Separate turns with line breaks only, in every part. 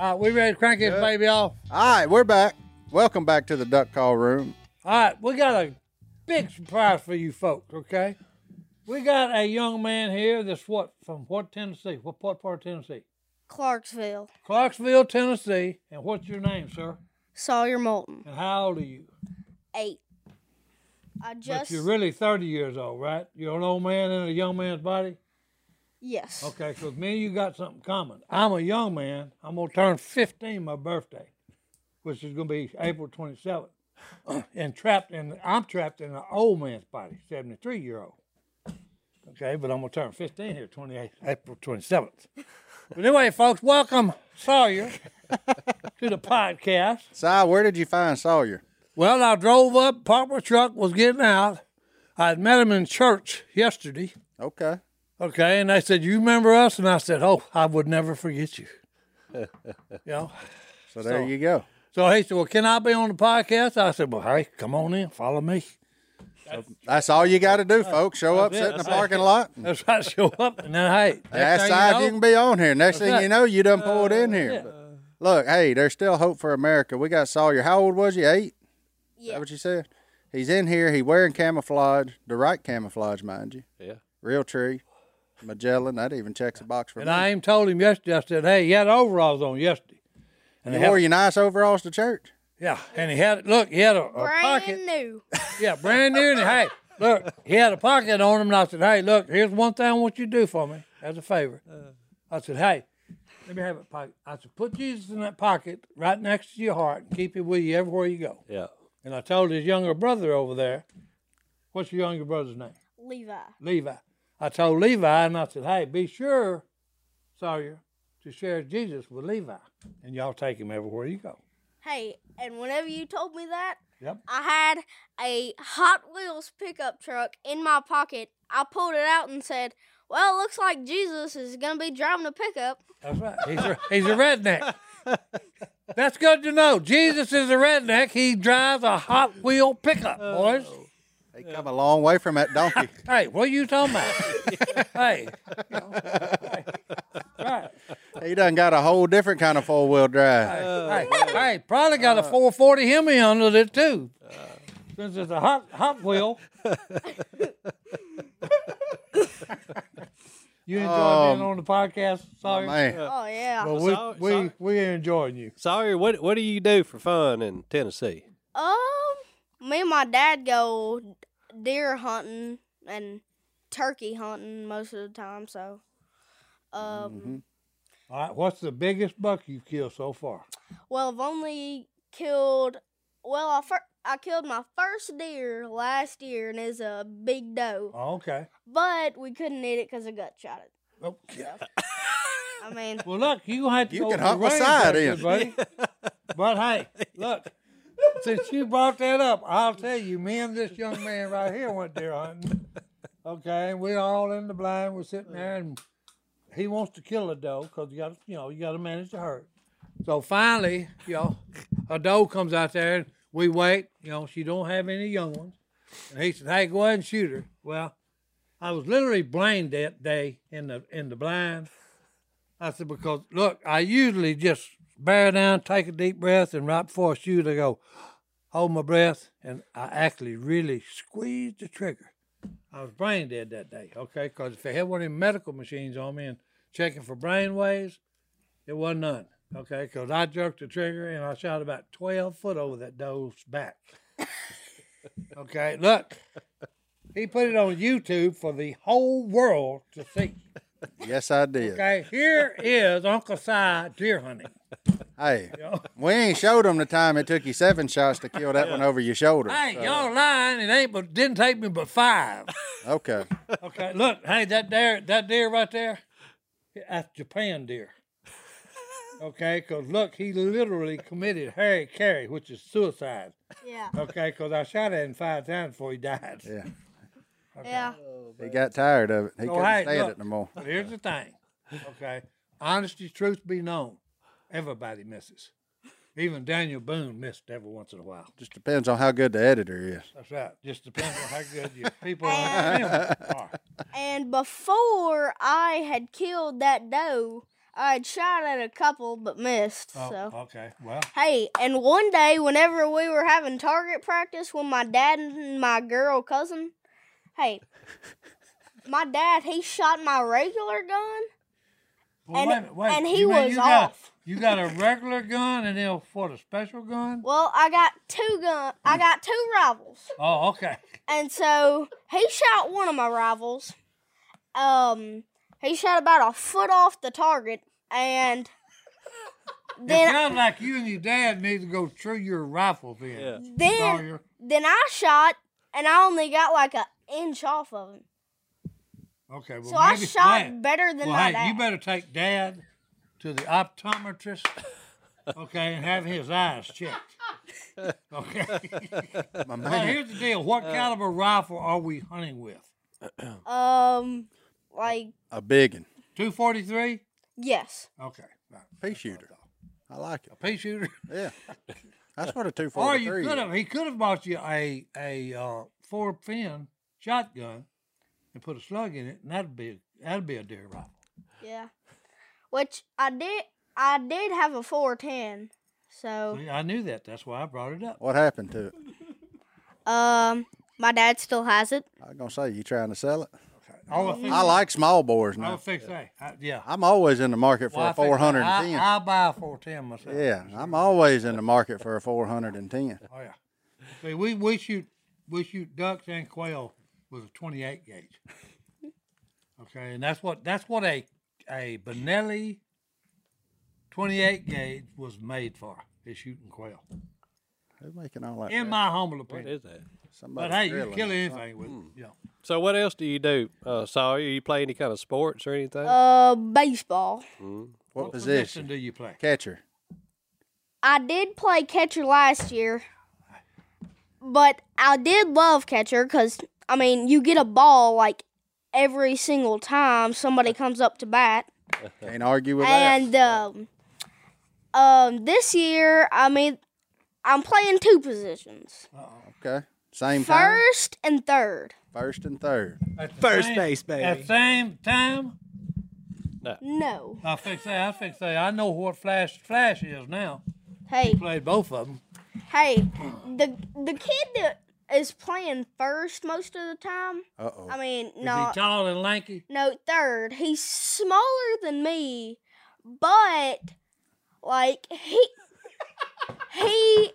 All right, we ready to crank this baby off?
All right, we're back. Welcome back to the duck call room.
All right, we got a big surprise for you folks, okay? We got a young man here that's what, from what Tennessee? What, what part of Tennessee?
Clarksville,
Clarksville, Tennessee. And what's your name, sir?
Sawyer Moulton,
And how old are you?
eight. I
But
just
you're really 30 years old, right? You're an old man in a young man's body?
yes.
Okay, because me and you got something common. I'm a young man. I'm going to turn 15 my birthday, which is going to be April 27th. and trapped in, I'm trapped in an old man's body, 73 year old. Okay, but I'm going to turn 15 here, 28, April 27th. But anyway, folks, welcome Sawyer to the podcast.
Si, where did you find Sawyer?
Well, I drove up, parked my truck, was getting out. I had met him in church yesterday.
Okay.
Okay, and they said, "You remember us?" And I said, "Oh, I would never forget you." you know?
So there you go.
So he said, "Well, can I be on the podcast?" I said, "Well, hey, come on in, follow me."
That's all you got to do, folks. Show up,
it.
sit in the
That's it.
parking lot. and
That's right. Show up, and then hey, next
Ask
thing
Si if you
know-
can be on here. Next thing
That's
you
it. Uh,
know, you done pulled in here. But look, hey, there's still hope for America. We got Sawyer. How old was you? Eight? Is that
Yeah.
what you said? He's in here. He wearing camouflage, the right camouflage, mind you.
Yeah.
Real tree, Magellan. That even checks a box for
And
me.
I even told him yesterday. I said, "Hey, he had overalls on yesterday." And
You
he had,
wore your nice overalls to church.
yeah, and he had look, he had a, a
Brand
pocket.
new.
Yeah, brand new. And hey, look, he had a pocket on him, and I said, "Hey, look, here's one thing I want you to do for me as a favor." I said, "Hey, let me have a pocket." I said, "Put Jesus in that pocket right next to your heart and keep it with you everywhere you go."
Yeah.
And I told his younger brother over there, "What's your younger brother's name?"
Levi.
Levi. I told Levi, and I said, "Hey, be sure, Sawyer, to share Jesus with Levi, and y'all take him everywhere you go."
Hey, and whenever you told me that,
Yep.
I had a Hot Wheels pickup truck in my pocket. I pulled it out and said, "Well, it looks like Jesus is gonna be driving a pickup."
That's right. He's a, he's a redneck. That's good to know. Jesus is a redneck. He drives a Hot Wheel pickup, boys.
They come a long way from that donkey.
Hey, what are you talking about? hey, you know, hey, right?
he done got a whole different kind of four wheel
hey,
drive.
hey, probably got a 440 Hemi under it too, since it's a Hot Hot Wheel. you enjoy being on the podcast, sorry.
Man,
Oh yeah.
Uh, Well, Um, we
Sorry,
we
sorry.
we are enjoying you.
Sawyer, what what do you do for fun in Tennessee?
Um, me and my dad go deer hunting and turkey hunting most of the time. So, um,
All right, what's the biggest buck you've killed so far?
Well, I've only killed. Well, I fir- I killed my first deer last year, and it's a big doe.
Oh, okay.
But we couldn't eat it because I gut shot it.
Okay.
I mean,
Well, look, you gonna have to
You
go
can
to
hunt
the range
beside
with
him.
me, buddy. But hey, look, since you brought that up, I'll tell you, me and this young man right here went deer hunting. Okay, and we're all in the blind. We're sitting there, and he wants to kill a doe because you got, you know, you got to manage the herd. So finally, you know, a doe comes out there, and we wait. You know, she don't have any young ones, and he said, "Hey, go ahead and shoot her." Well, I was literally blind that day in the in the blind. I said, because look, I usually just bear down, take a deep breath, and right before I shoot, I go, hold my breath, and I actually really squeezed the trigger. I was brain dead that day, okay? Because if they had one of them medical machines on me and checking for brain waves, it wasn't none, okay? Because I jerked the trigger and I shot about 12 foot over that doe's back. okay, look, he put it on YouTube for the whole world to see.
Yes, I did.
Okay, here is Uncle Si deer hunting.
Hey, we ain't showed him the time it took you seven shots to kill that one over your shoulder.
Hey,
so-
y'all lying. It ain't but didn't take me but five.
Okay.
Okay, look, hey, that deer, that deer right there, that's Japan deer. Okay, because look, he literally committed Harry Carey, which is suicide.
Yeah.
Okay, because I shot at him five times before he died.
Yeah.
Yeah.
He got tired of it. He
So,
couldn't
hey,
stand
look,
it no more.
But here's the thing, okay? Honesty, truth be known, everybody misses. Even Daniel Boone missed every once in a while.
Just depends on how good the editor is.
That's right. Just depends on how good your people on the film are.
And before I had killed that doe, I had shot at a couple but missed.
Oh,
so.
okay. Well,
Hey, and one day, whenever we were having target practice with my dad and my girl cousin, hey, my dad he shot my regular gun.
well
And-
wait a minute. Wait.
and he
you mean
was
you got,
off.
You got a regular gun and then what, a special gun?
Well, I got two gun, I got two rivals,
Oh, okay.
and so he shot one of my rivals. Um, he shot about a foot off the target, and
it
then
sounds like you and your dad need to go through your rifle then.
Yeah.
then
Sawyer.
then I shot, and I only got like an inch off of him.
Okay, well
So I
maybe
shot
wait.
better than
Well,
my
hey,
dad.
you better take Dad to the optometrist, okay, and have his eyes checked. Okay.
My
Now,
man,
here's the deal. What caliber rifle are we hunting with?
Um, like
a big one.
243?
yes,
Okay. right.
Pea shooter. I like it.
Pea shooter.
Yeah. That's what a
Or you
243
could
is.
have. He could have bought you a a uh, four pin shotgun and put a slug in it, and that'd be that'd be a deer rifle.
yeah. Which I did, I did have a four ten. So,
See, I knew that. That's why I brought it up.
What happened to it?
um, my dad still has it.
I was going to say, you trying to sell it?
I would fix,
I like small bores
I
now.
would fix that. I- yeah.
I'm always in the market for
Oh, Well, I
a
think I-
410.
I, I'll buy a 410 myself.
yeah, I'm always in the market for a 410.
Oh yeah. See, we we shoot we shoot ducks and quail with a 28 gauge. Okay, and that's what that's what a a Benelli 28 gauge was made for is shooting quail.
Who's making all that?
In my humble
What
opinion.
is that?
Somebody
But hey, you can kill anything with it. You know.
So what else do you do, uh, Sawyer? You play any kind of sports or anything?
Uh, baseball.
What
Position
position?
do you play?
Catcher.
I did play catcher last year, but I did love catcher because I mean, you get a ball like every single time somebody comes up to bat.
Can't argue with that.
And um, um, this year, I mean, I'm playing two positions:
Okay. Same time.
first and third.
First and third.
At the
First
same-
base, baby.
At the same time,
No,
I fix that. I fix that. I know what flash flash is now.
hey,
Played both of them.
hey, the the kid that is playing first most of the time.
Uh oh.
I mean,
Is he
no,
tall and lanky?
no third. He's smaller than me, but like he he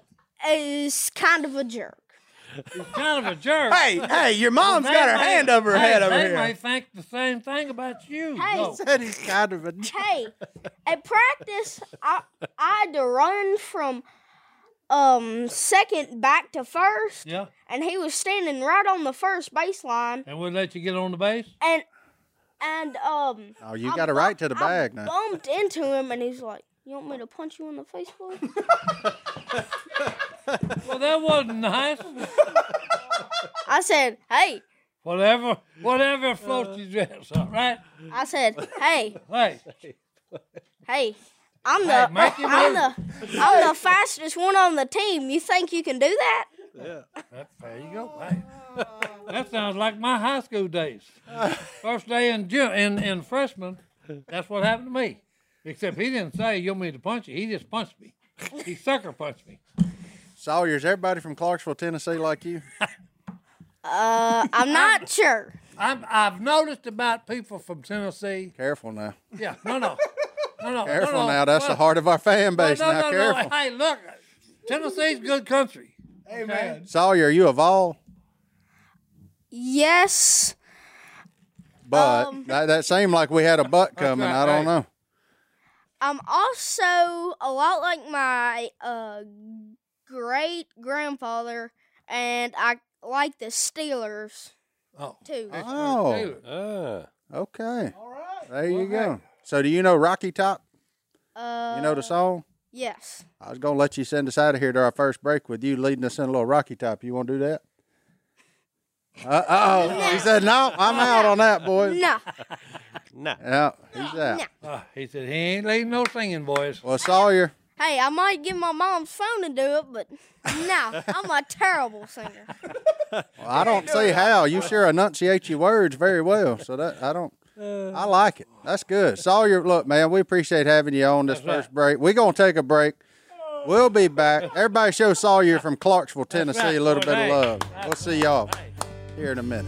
is kind of a jerk.
He's kind of a jerk.
Hey, hey, your mom's
They
got her
may-
hand over her
hey,
head over
they
here.
may think the same thing about you.
Hey,
No.
That is kind of a.
hey, at practice, I I had to run from um second back to first,
Yeah,
and he was standing right on the first baseline,
and we'll let you get on the base.
and and um
Oh, you
I
got a
bu-
right to the bag
I
now.
bumped into him, and he's like, "You want me to punch you in the face, boy?"
Well, that wasn't nice.
I said, "Hey."
whatever, whatever floats your dress. All right.
I said, "Hey,
Hey,
hey, I'm
Hey,
the
make your
I'm the I'm the fastest one on the team. You think you can do that?"
that- there you go. Hey. That sounds like my high school days. First day in ju- in in freshman. That's what happened to me. Except he didn't say you want me to punch you. He just punched me. He sucker punched me.
Sawyer's everybody from Clarksville, Tennessee, like you.
Uh, I'm not sure.
I'm, I've noticed about people from Tennessee.
Careful now.
Yeah, no, no, no, no.
Careful
no, no.
now. That's the
Well,
heart of our fan
well,
base.
No,
now,
no, no.
careful.
Hey, look, Tennessee's good country. Amen.
Sawyer, are you a Vol?
Yes.
But
Um.
that, that seemed like we had a butt coming.
right,
I don't
hey.
know.
I'm also a lot like my uh, great grandfather, and I like the Steelers
Oh.
too.
Oh,
Ah.
okay. All right. There you go. So, do you know Rocky Top?
Uh,
You know the song?
yes.
I was gonna let you send us out of here to our first break with you leading us in a little Rocky Top. You want to do that? Uh oh. He said no. I'm out on that, boy.
No.
Nah.
Yeah, he's out.
Ah, he said he ain't leaving no singing voice.
Well, Sawyer.
Hey, I might get my mom's phone to do it, but no, I'm a terrible singer.
I don't see how. You sure enunciate your words very well. So that I don't. I like it. That's good. Sawyer, look, man, we appreciate having you on this first break. We're gonna take a break. We'll be back. Everybody, show Sawyer from Clarksville, Tennessee,
right,
a little
boy.
bit
Hey.
of love. We'll see y'all here in a minute.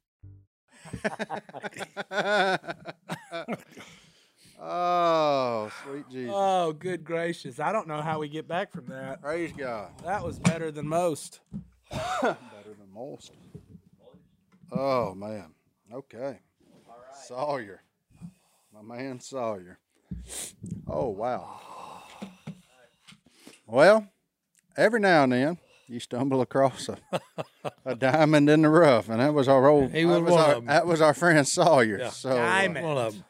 Oh, sweet Jesus!
Oh, good gracious. I don't know how we get back from that.
Praise God.
That was better than most.
Better than most. Oh man. Okay. Sawyer. My man Sawyer. Oh wow. Well, every now and then you stumble across a, a diamond in the rough, and that was our old
He was
that, was
one of
our,
them.
that was our friend Sawyer. So uh,
Diamond.
One of them.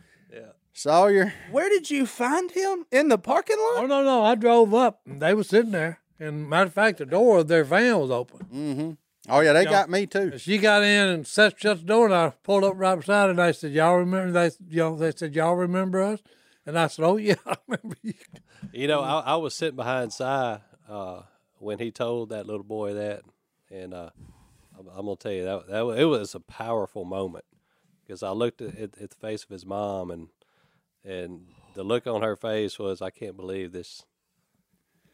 Sawyer.
Where did you find him? In the parking
Oh
lot?
no, no, I drove up. and They was sitting there, and matter of fact, the door of their van was open.
Oh yeah, they got me too.
And She got in and set shut the door, and I pulled up right beside her, and I said, "Y'all remember?" They, you know, they said, "Y'all remember us?" And I said, "Oh yeah, I remember you."
You know, I, I was sitting behind Si uh, when he told that little boy that, and uh, I'm, I'm gonna tell you that that wa- it was a powerful moment because I looked at, at, at the face of his mom, and and the look on her face was, I can't believe this.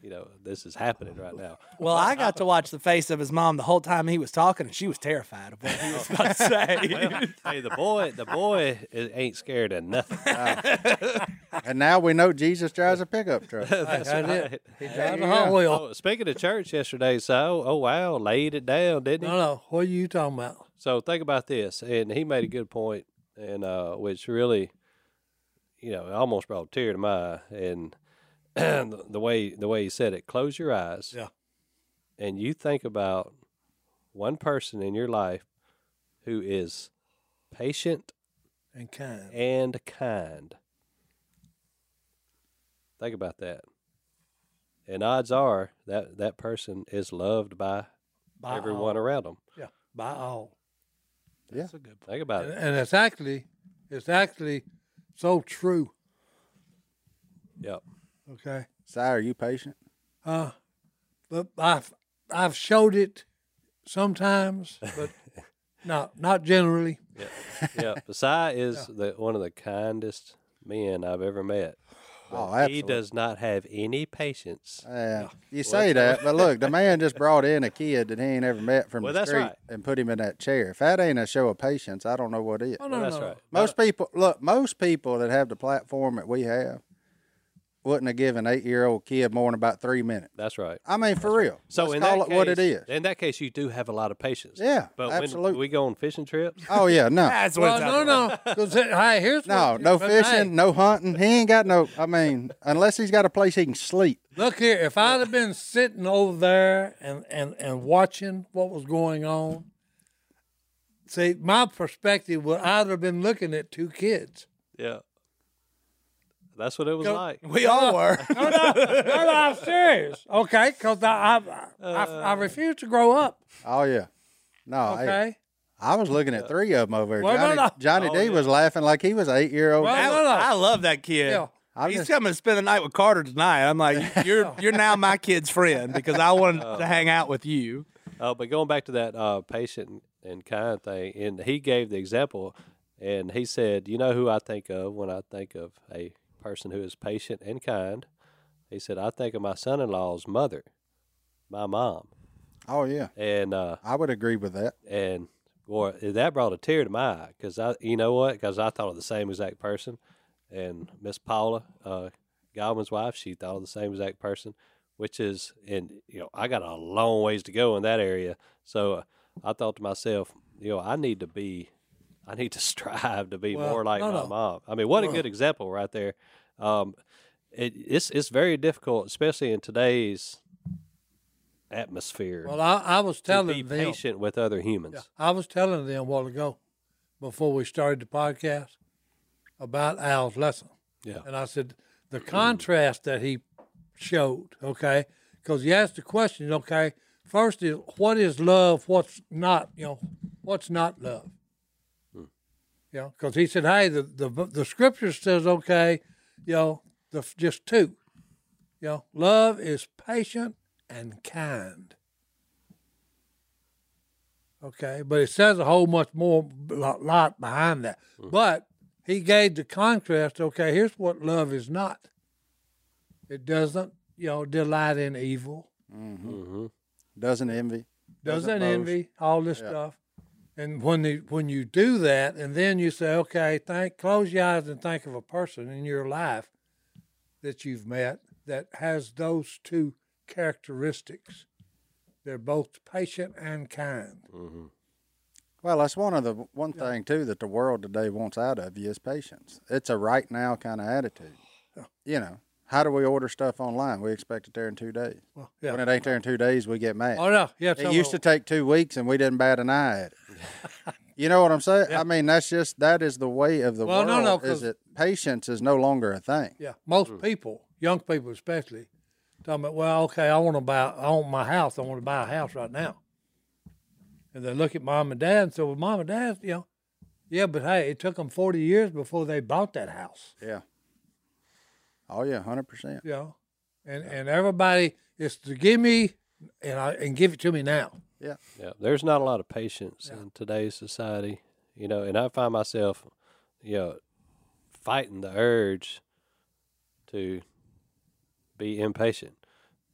You know, this is happening right now.
Well, I got to watch the face of his mom the whole time he was talking, and she was terrified of what he was about to say.
hey, the boy, the boy i- ain't scared of nothing.
And now we know Jesus drives a pickup truck.
That's right.
He drives a Hot Wheel.
Oh, speaking of church yesterday, so oh wow, laid it down, didn't he?
No, no, what are you talking about?
So think about this, and he made a good point, and uh, which really, you know, it almost brought a tear to my eye. And the the way the way he said it, close your eyes,
Yeah.
and you think about one person in your life who is patient
And kind.
and kind. Think about that, and odds are that that person is loved by,
By
everyone around them.
Yeah, by all.
Think about it.
And it's actually, it's actually so true.
Yep.
Okay.
Si, are you patient?
Uh, but I've I've showed it sometimes, but not not generally.
yeah, Basai is the one of the kindest men I've ever met.
Oh,
He does not have any patience.
Yeah, you say that, but look, the man just brought in a kid that he ain't ever met from
Well,
the
that's
street
right.
and put him in that chair. If that ain't a show of patience, I don't know what is.
Oh, no,
That's
no.
right.
most people, look, most people that have the platform that we have wouldn't have given an eight-year-old kid more than about three minutes.
That's right.
I mean, for real.
So
Let's
in
call
that
it what it
case-
is.
In that case, you do have a lot of patience.
Yeah,
but
absolutely.
when we go on fishing trips,
oh yeah, no,
That's what
Well,
it's out
no, no. 'cause it- hey, here's
no,
what-
no
but hey,
fishing, no hunting. He ain't got no. I mean, unless he's got a place he can sleep.
Look here, if I'd have been sitting over there and, and, and watching what was going on, see, my perspective would I'd have been looking at two kids.
yeah, That's what it was like.
We all were.
No, no, no, no, I'm serious. Okay, because I, I, I, I refuse to grow up.
Oh yeah. No, hey,
Okay.
I was looking at three of them over here.
Well, no,
Johnny,
no.
Johnny D was laughing like he was an eight year old.
Well,
I,
no, no.
I love that kid.
Yeah.
I'm
He's
just-
coming to spend the night with Carter tonight. I'm like, you're you're now my kid's friend because I wanted to hang out with you.
Uh, but going back to that uh, patient and kind thing, and he gave the example, and he said, "You know who I think of when I think of a person who is patient and kind." He said, "I think of my son-in-law's mother, my mom,"
Oh yeah,
and uh,
I would agree with that.
and boy, that brought a tear to my eye because I, you know what? Because I thought of the same exact person, and Miss Paula, uh, Godwin's wife, she thought of the same exact person, which is, and you know, I got a long ways to go in that area. So uh, I thought to myself, you know, I need to be, I need to strive to be more like my mom. I mean, what a good example right there. Um, it, it's it's very difficult, especially in today's atmosphere.
Well, I, I was
to
telling
be
them.
patient with other humans.
I was telling them a while ago, before we started the podcast, about Al's lesson.
Yeah.
And I said the contrast that he showed, okay, because he asked the question, okay, first is what is love, what's not, you know, what's not love. You know, because he said, hey, the, the the scripture says, okay, you know, the just two, you know, love is patient and kind. Okay, but it says a whole much more lot, lot behind that.
Hmm.
But he gave the contrast. Okay, here's what love is not. It doesn't, you know, delight in evil,
Doesn't envy.
doesn't,
Doesn't boast.
envy, all this stuff. And when the, when you do that, and then you say, okay, think, close your eyes and think of a person in your life that you've met that has those two characteristics. They're both patient and kind.
Hmm. Well, that's one of the one thing too that the world today wants out of you is patience. It's a right now kind of attitude. You know, how do we order stuff online? We expect it there in two days.
yeah.
When it ain't there in two days, we get mad.
Oh no, yeah,
It used to take two weeks, and we didn't bat an eye at it. you know what I'm saying? I mean, that's just that is the way of the
Well, no,
world.
no,
is
'cause-
that patience is no longer a thing?
Yeah, most people, young people especially, talking about, well, okay, I want to buy, I want my house, I want to buy a house right now. And they look at mom and dad and say, well, mom and dad, you know, yeah, but hey, it took them 40 years before they bought that house,
Yeah. Oh yeah, hundred percent.
you know. And, and everybody is to give me and I, and give it to me now.
Yeah.
Yeah, there's not a lot of patience in today's society, you know, and I find myself, you know, fighting the urge to be impatient.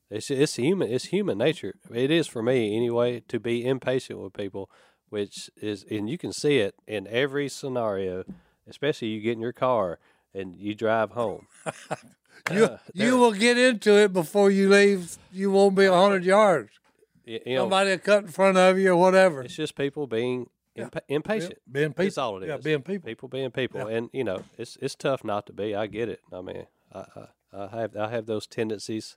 It's it's human it's human nature. It is for me anyway to be impatient with people, which is and you can see it in every scenario, especially you get in your car and you drive home.
You, you will get into it before you leave. You won't be 100 yards.
You, you know,
Somebody will cut in front of you or whatever.
It's just people being impa- impatient.
Yeah, being
That's
people.
all it is.
Yeah, being people.
People being people, and you know, it's it's tough not to be. I get it. I mean, I, I I have I have those tendencies.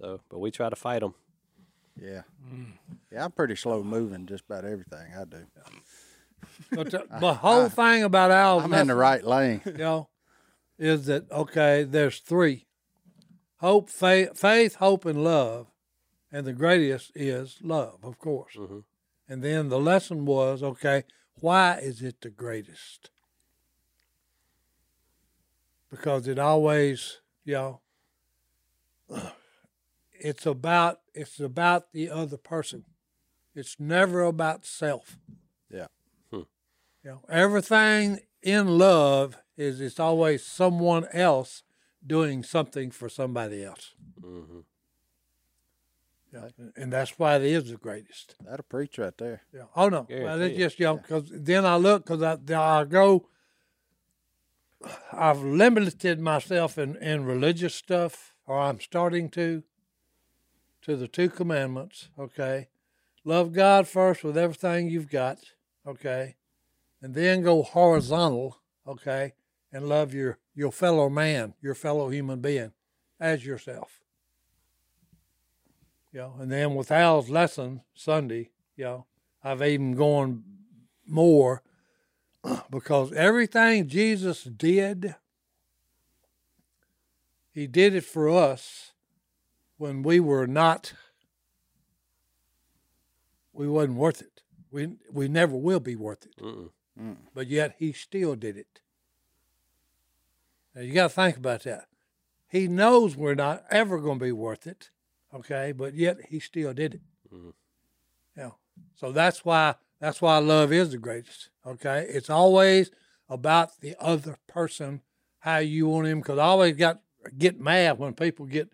So, but we try to fight them.
Yeah. Yeah, I'm pretty slow moving just about everything I do.
But the, the whole thing about Al's
I'm in the
lesson-
right lane.
you know, is that okay? There's three: hope, faith, faith, hope, and love, and the greatest is love, of course. And then the lesson was okay: why is it the greatest? Because it always, you know, it's about it's about the other person. It's never about self.
Yeah.
You know, everything in love is it's always someone else doing something for somebody else. Yeah, and that's why it is the greatest.
That'll preach right there.
Yeah. Oh no, well, it's just you know because then I look because I, then I go. I've limited myself in, in religious stuff, or I'm starting to. To the two commandments, okay, love God first with everything you've got, okay, and then go horizontal, okay, and love your your fellow man, your fellow human being, as yourself. You know, and then with Al's lesson Sunday, you know, I've even gone more because everything Jesus did He did it for us when we were not. We wasn't worth it. We we never will be worth it. But yet he still did it. Now you got to think about that. He knows we're not ever going to be worth it, okay? But yet he still did it. Yeah. So that's why that's why love is the greatest. Okay. It's always about the other person, how you want him. Because I always got get mad when people get,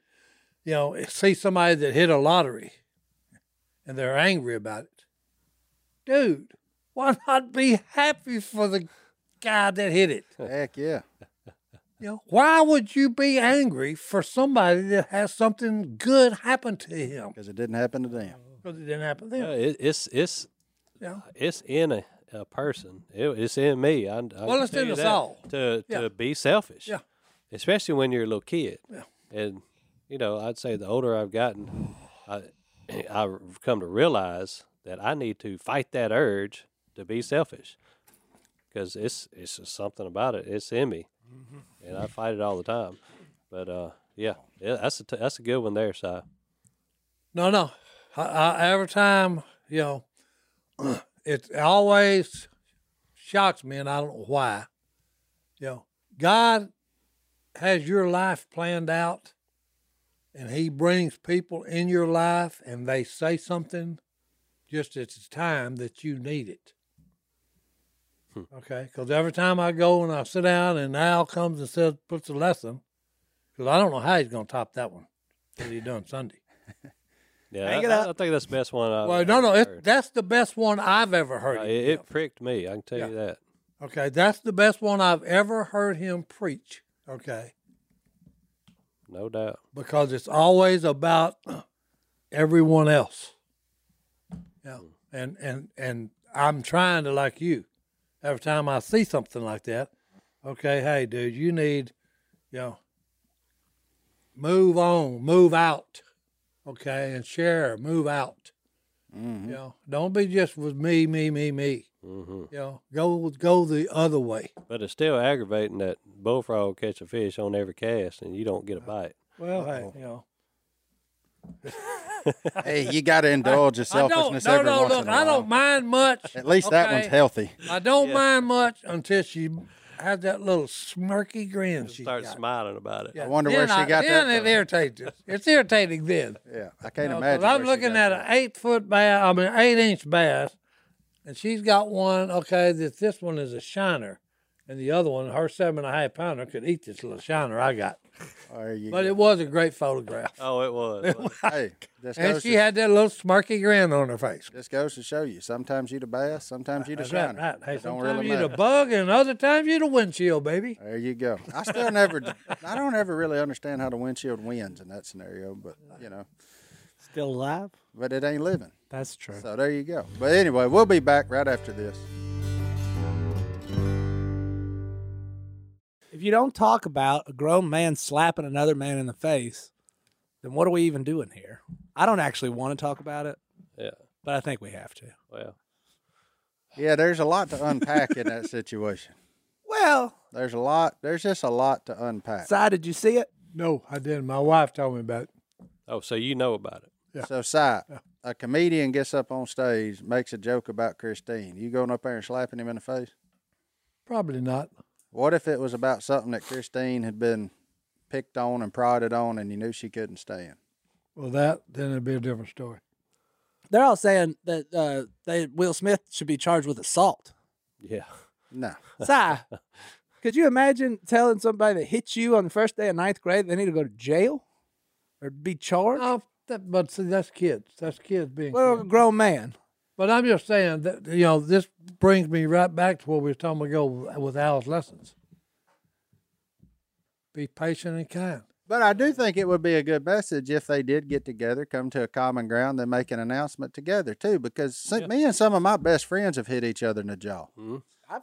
you know, see somebody that hit a lottery, and they're angry about it. Dude, why not be happy for the guy that hit it?
Heck yeah.
You know, why would you be angry for somebody that has something good happen to him?
Because it didn't happen to them.
Because it didn't happen to
Yeah,
them.
it, it's it's
Yeah.
it's in a, a person. It- it's in me. I, I can
it's
tell
in
you
us
that,
all.
To
Yeah.
to be selfish.
Yeah.
Especially when you're a little kid. Yeah. And you know, I'd say the older I've gotten, I I've come to realize that I need to fight that urge to be selfish. Because it's it's just something about it. It's in me,
Mm-hmm.
and I fight it all the time. But uh, yeah, yeah, that's a t- that's a good one there, Si.
No, no. I, I, every time, you know, it always shocks me, and I don't know why. You know, God has your life planned out, and He brings people in your life, and they say something just at the time that you need it. Okay, because every time I go and I sit down, and Al comes and says, puts a lesson, because I don't know how he's going to top that one that he done Sunday.
Yeah, I,
Hang it
I-
up.
I think that's the best one. I've
Well, no, no,
heard.
it, that's the best one I've ever heard.
Uh,
him
it,
give.
it pricked me. I can tell
Yeah.
you that.
okay, that's the best one I've ever heard him preach. Okay,
No doubt.
because it's always about everyone else. Yeah,
Hmm.
and and and I'm trying to like you. Every time I see something like that, okay, hey, dude, you need, you know, move on, move out, okay, and share, move out.
Mm-hmm.
You know, don't be just with me, me, me, me. You know, go go the other way.
But it's still aggravating that bullfrog catch a fish on every cast and you don't get a bite.
Well, hey, you know.
Hey, you got to indulge your
I don't,
selfishness
no,
every
no,
once
look,
in a while.
I don't mind much.
At least that one's
okay?
healthy.
I don't mind much until she had that little smirky grin she
Start
got.
smiling about it.
Yeah,
wonder where
then
she got
then
that
it
from.
irritates us. It's irritating then.
Yeah, I
You
can't
know, 'cause
imagine.
I'm
where she
looking
got
at an eight foot bass, I mean, eight inch bass, and she's got one, okay, that this one is a shiner, and the other one, her seven and a half pounder, could eat this little shiner I got.
that. There you
But
go. Uh,
it was a great photograph.
Oh, it was. wasn't it?
hey, this
And
goes,
she
to,
had that little smirky grin on her face.
this goes to show you. Sometimes you the bass, sometimes you the
That's right,
shiner.
right. Hey,
It don't
sometimes
really
you the
matter.
bug, and other times you the windshield, baby.
There you go. I still never, I don't ever really understand how the windshield wins in that scenario, but you know,
Still alive?
but it ain't living.
That's true.
So there you go. But anyway, we'll be back right after this.
If you don't talk about a grown man slapping another man in the face, then what are we even doing here? I don't actually want to talk about it,
Yeah.
but I think we have to.
Well,
Yeah, there's a lot to unpack in that situation.
Well,
There's a lot. There's just a lot to unpack.
Si, did you see it?
No, I didn't. My wife told me about it.
oh, so you know about it.
So, Si, a comedian gets up on stage, makes a joke about Christine. You going up there and slapping him in the face?
Probably not.
What if it was about something that Christine had been picked on and prodded on, and you knew she couldn't stand?
Well, that then it'd be a different story.
They're all saying that uh, they, Will Smith should be charged with assault.
Yeah.
No.
Si, could you imagine telling somebody that hit you on the first day of ninth grade they need to go to jail or be charged?
Oh, that, but see, that's kids. That's kids being.
well, a
kids.
grown man.
But I'm just saying that you know this brings me right back to what we were talking about with- with Al's lessons. Be patient and kind.
But I do think it would be a good message if they did get together, come to a common ground, then make an announcement together too. Because s- me and some of my best friends have hit each other in the jaw.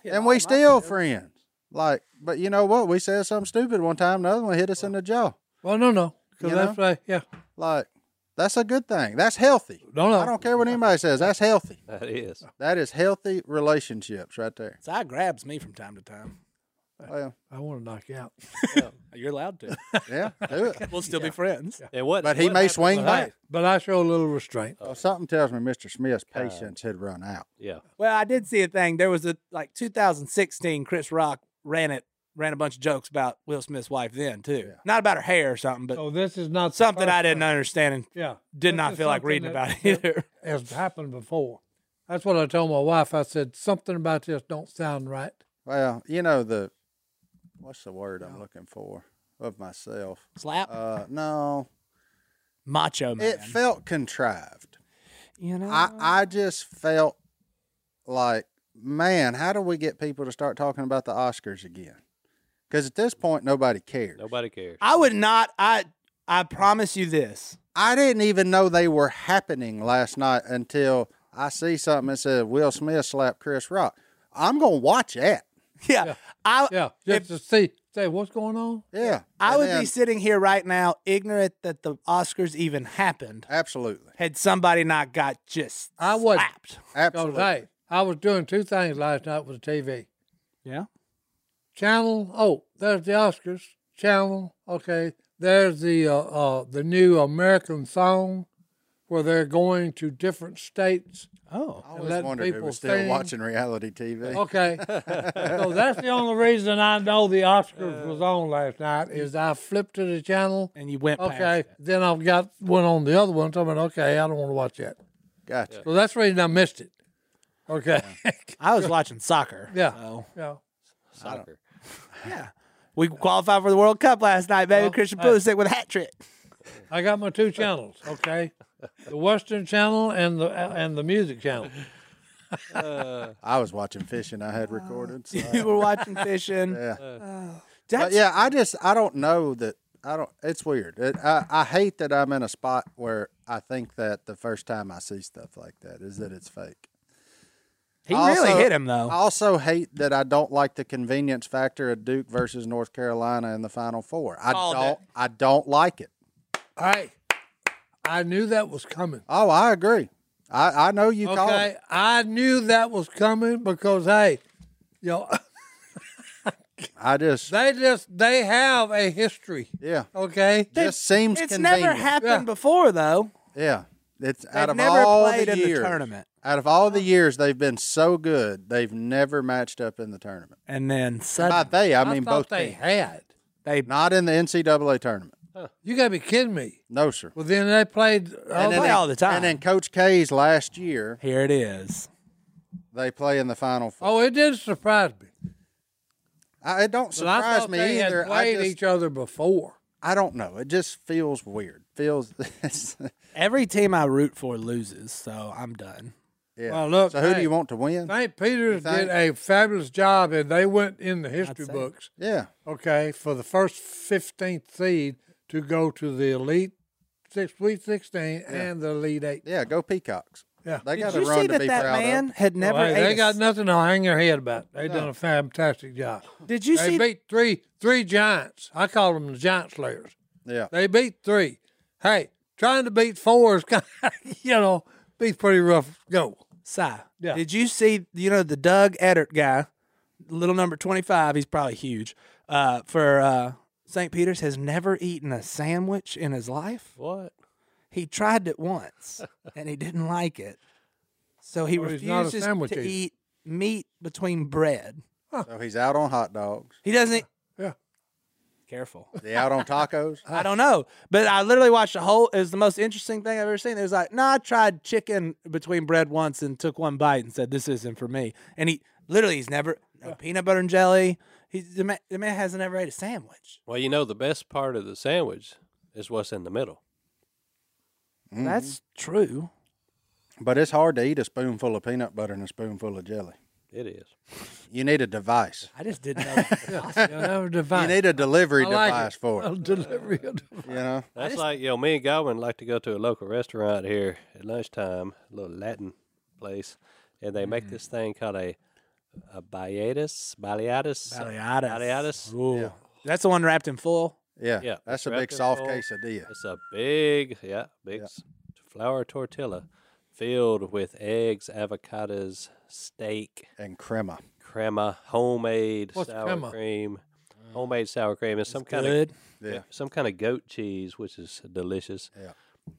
and we still friends. Like, but you know what? We said something stupid one time, another one hit us in the jaw.
Well, no, no, because
You
that's
know?
right. Yeah,
Like, that's a good thing. That's healthy.
No, no.
I don't care what anybody says. That's healthy.
That is.
That is healthy relationships right there.
Si grabs me from time to time.
Well,
I want to knock out.
You're allowed to.
yeah, do it.
We'll still be friends.
And what?
But he
what
may
happened-
swing back.
But I show a little restraint.
Uh,
Well, Oh, something tells me Mr. Smith's patience had run out.
Yeah.
Well, I did see a thing. There was a like 2016. Chris Rock ran it, ran a bunch of jokes about Will Smith's wife then too. Not about her hair or something,
Oh,
but
Oh,
So this is not the
something I
first
didn't
Uh,
one.
understand and
Yeah,
did
This
not
is
feel like
something
reading
that-
about
that
either.
Has happened before.
That's what I told my wife. I said something about this don't sound right.
Well, you know the what's the word I'm looking for of myself?
Slap,
Uh, no,
macho man. Mm.
it felt contrived.
you know,
I I just felt like, man, how do we get people to start talking about the Oscars again? Because at this point, nobody cares.
Nobody cares.
I would not. I I promise you this.
I didn't even know they were happening last night until I see something that said Will Smith slapped Chris Rock. I'm gonna watch that.
Yeah, I
Yeah, just to see, say what's going on.
Yeah,
I
And
would
then-
be sitting here right now, ignorant that the Oscars even happened.
absolutely,
Had somebody not got just
I wasn't.
slapped.
Because
absolutely.
hey, I was doing two things last night with the TV.
Yeah.
Channel. Oh, there's the Oscars channel. Okay, there's the uh, uh, the new American song, where they're going to different states.
Oh.
I
and
always
letting
wondered who
people
was still
sing.
watching reality TV.
Okay, so that's the only reason I know the Oscars was on last night is I flipped to the channel.
And you went past
Okay,
it.
then I've got one on the other one. So I'm like, okay, I don't want to watch that.
Gotcha.
So that's the reason I missed it. Okay.
I was watching soccer.
Yeah.
so-
yeah.
Soccer.
We qualified for the World Cup last night, baby. Christian
uh,
Pulisic with a hat trick.
I got my two channels, okay? The Western channel and the and the music channel.
I was watching fishing. I
Uh,
had recorded. So
You were watching fishing. Uh,
yeah.
That's,
But yeah, I just I don't know that I don't. It's weird. It, I I hate that I'm in a spot where I think that the first time I see stuff like that is that it's fake.
He
I
really
also-
hit him though.
I also hate that I don't like the convenience factor of Duke versus North Carolina in the Final Four. I
Called it.
don't. I don't like it.
All right. I knew that was coming.
Oh, I agree. I I know you called.
Okay.
It.
I knew that was coming because hey, you know,
I just
they just they have a history.
yeah.
Okay.
Just seems
it's
convenient.
never happened before though.
Yeah. It's out
They've
of
never
all
played
the
in
years.
the tournament.
Out of all the years they've been so good, they've never matched up in the tournament.
And then
By
suddenly
they, I,
I,
mean
thought
both.
they
teams.
had.
they
Not in the NCAA tournament.
You gotta be kidding me.
No, sir.
Well then they played
they
oh,
play all the time.
And then Coach K's last year,
here it is.
they play in the Final Four.
oh, it did surprise me.
I, it don't
But I
surprise
thought
me
they
either.
had
I
played
just,
each other before.
I don't know. It just feels weird. Feels.
Every team I root for loses, so I'm done.
yeah.
Well, look,
So who do
hey,
you want to win?
St. Peter's did
think?
a fabulous job, and they went in the history
say.
books.
Yeah.
Okay, for the first fifteenth seed to go to the elite six, Sweet Sixteen, and the elite eight.
Yeah. Go Peacocks.
Yeah.
They got a
Did you
run
see
to
that
be
that
proud
man
of.
had never?
Well, Oh, hey,
ate
they
a
got
s-
nothing to hang their head about. They done a fantastic job.
Did you
they
see?
beat three three giants. I call them the giant slayers.
Yeah.
They beat three. Hey, trying to beat four is kind of, you know, be pretty rough go.
Si,
Yeah.
did you see? You know the Doug Eddard guy, little number twenty five. He's probably huge. Uh, for uh, St. Peter's has never eaten a sandwich in his life.
What?
He tried it once and he didn't like it, so he
Oh, he's not a
refuses
sandwich
to
eater.
eat meat between bread.
So he's out on hot dogs.
He doesn't.
Yeah.
Careful.
They out on tacos.
I don't know, but I literally watched the whole. It was the most interesting thing I've ever seen. It was like, no, I tried chicken between bread once and took one bite and said, "This isn't for me." And he literally, he's never no peanut butter and jelly. He's the man, the man hasn't ever ate a sandwich.
Well, you know the best part of the sandwich is what's in the middle.
That's
Mm-hmm.
true.
But it's hard to eat a spoonful of peanut butter and a spoonful of jelly.
It is.
You need a device.
I just didn't know.
You know, that was divine.
You need a delivery
I like
device
it.
for
A
it.
delivery of device.
You know.
That's like you know, me and Godwin like to go to a local restaurant here at lunchtime, a little Latin place, and they make this thing called a a baleadas, baleadas,
Baleadas.
baleadas.
Ooh, that's the one wrapped in foil.
Yeah.
Yeah,
That's a
wrapped
big
in
soft
foil.
quesadilla.
It's a big, yeah, big s flour tortilla filled with eggs, avocados, steak,
and crema.
crema, homemade
What's
sour
crema?
cream, homemade sour cream, and some kind of
Good.
Yeah.
some kind of goat cheese, which is delicious.
Yeah.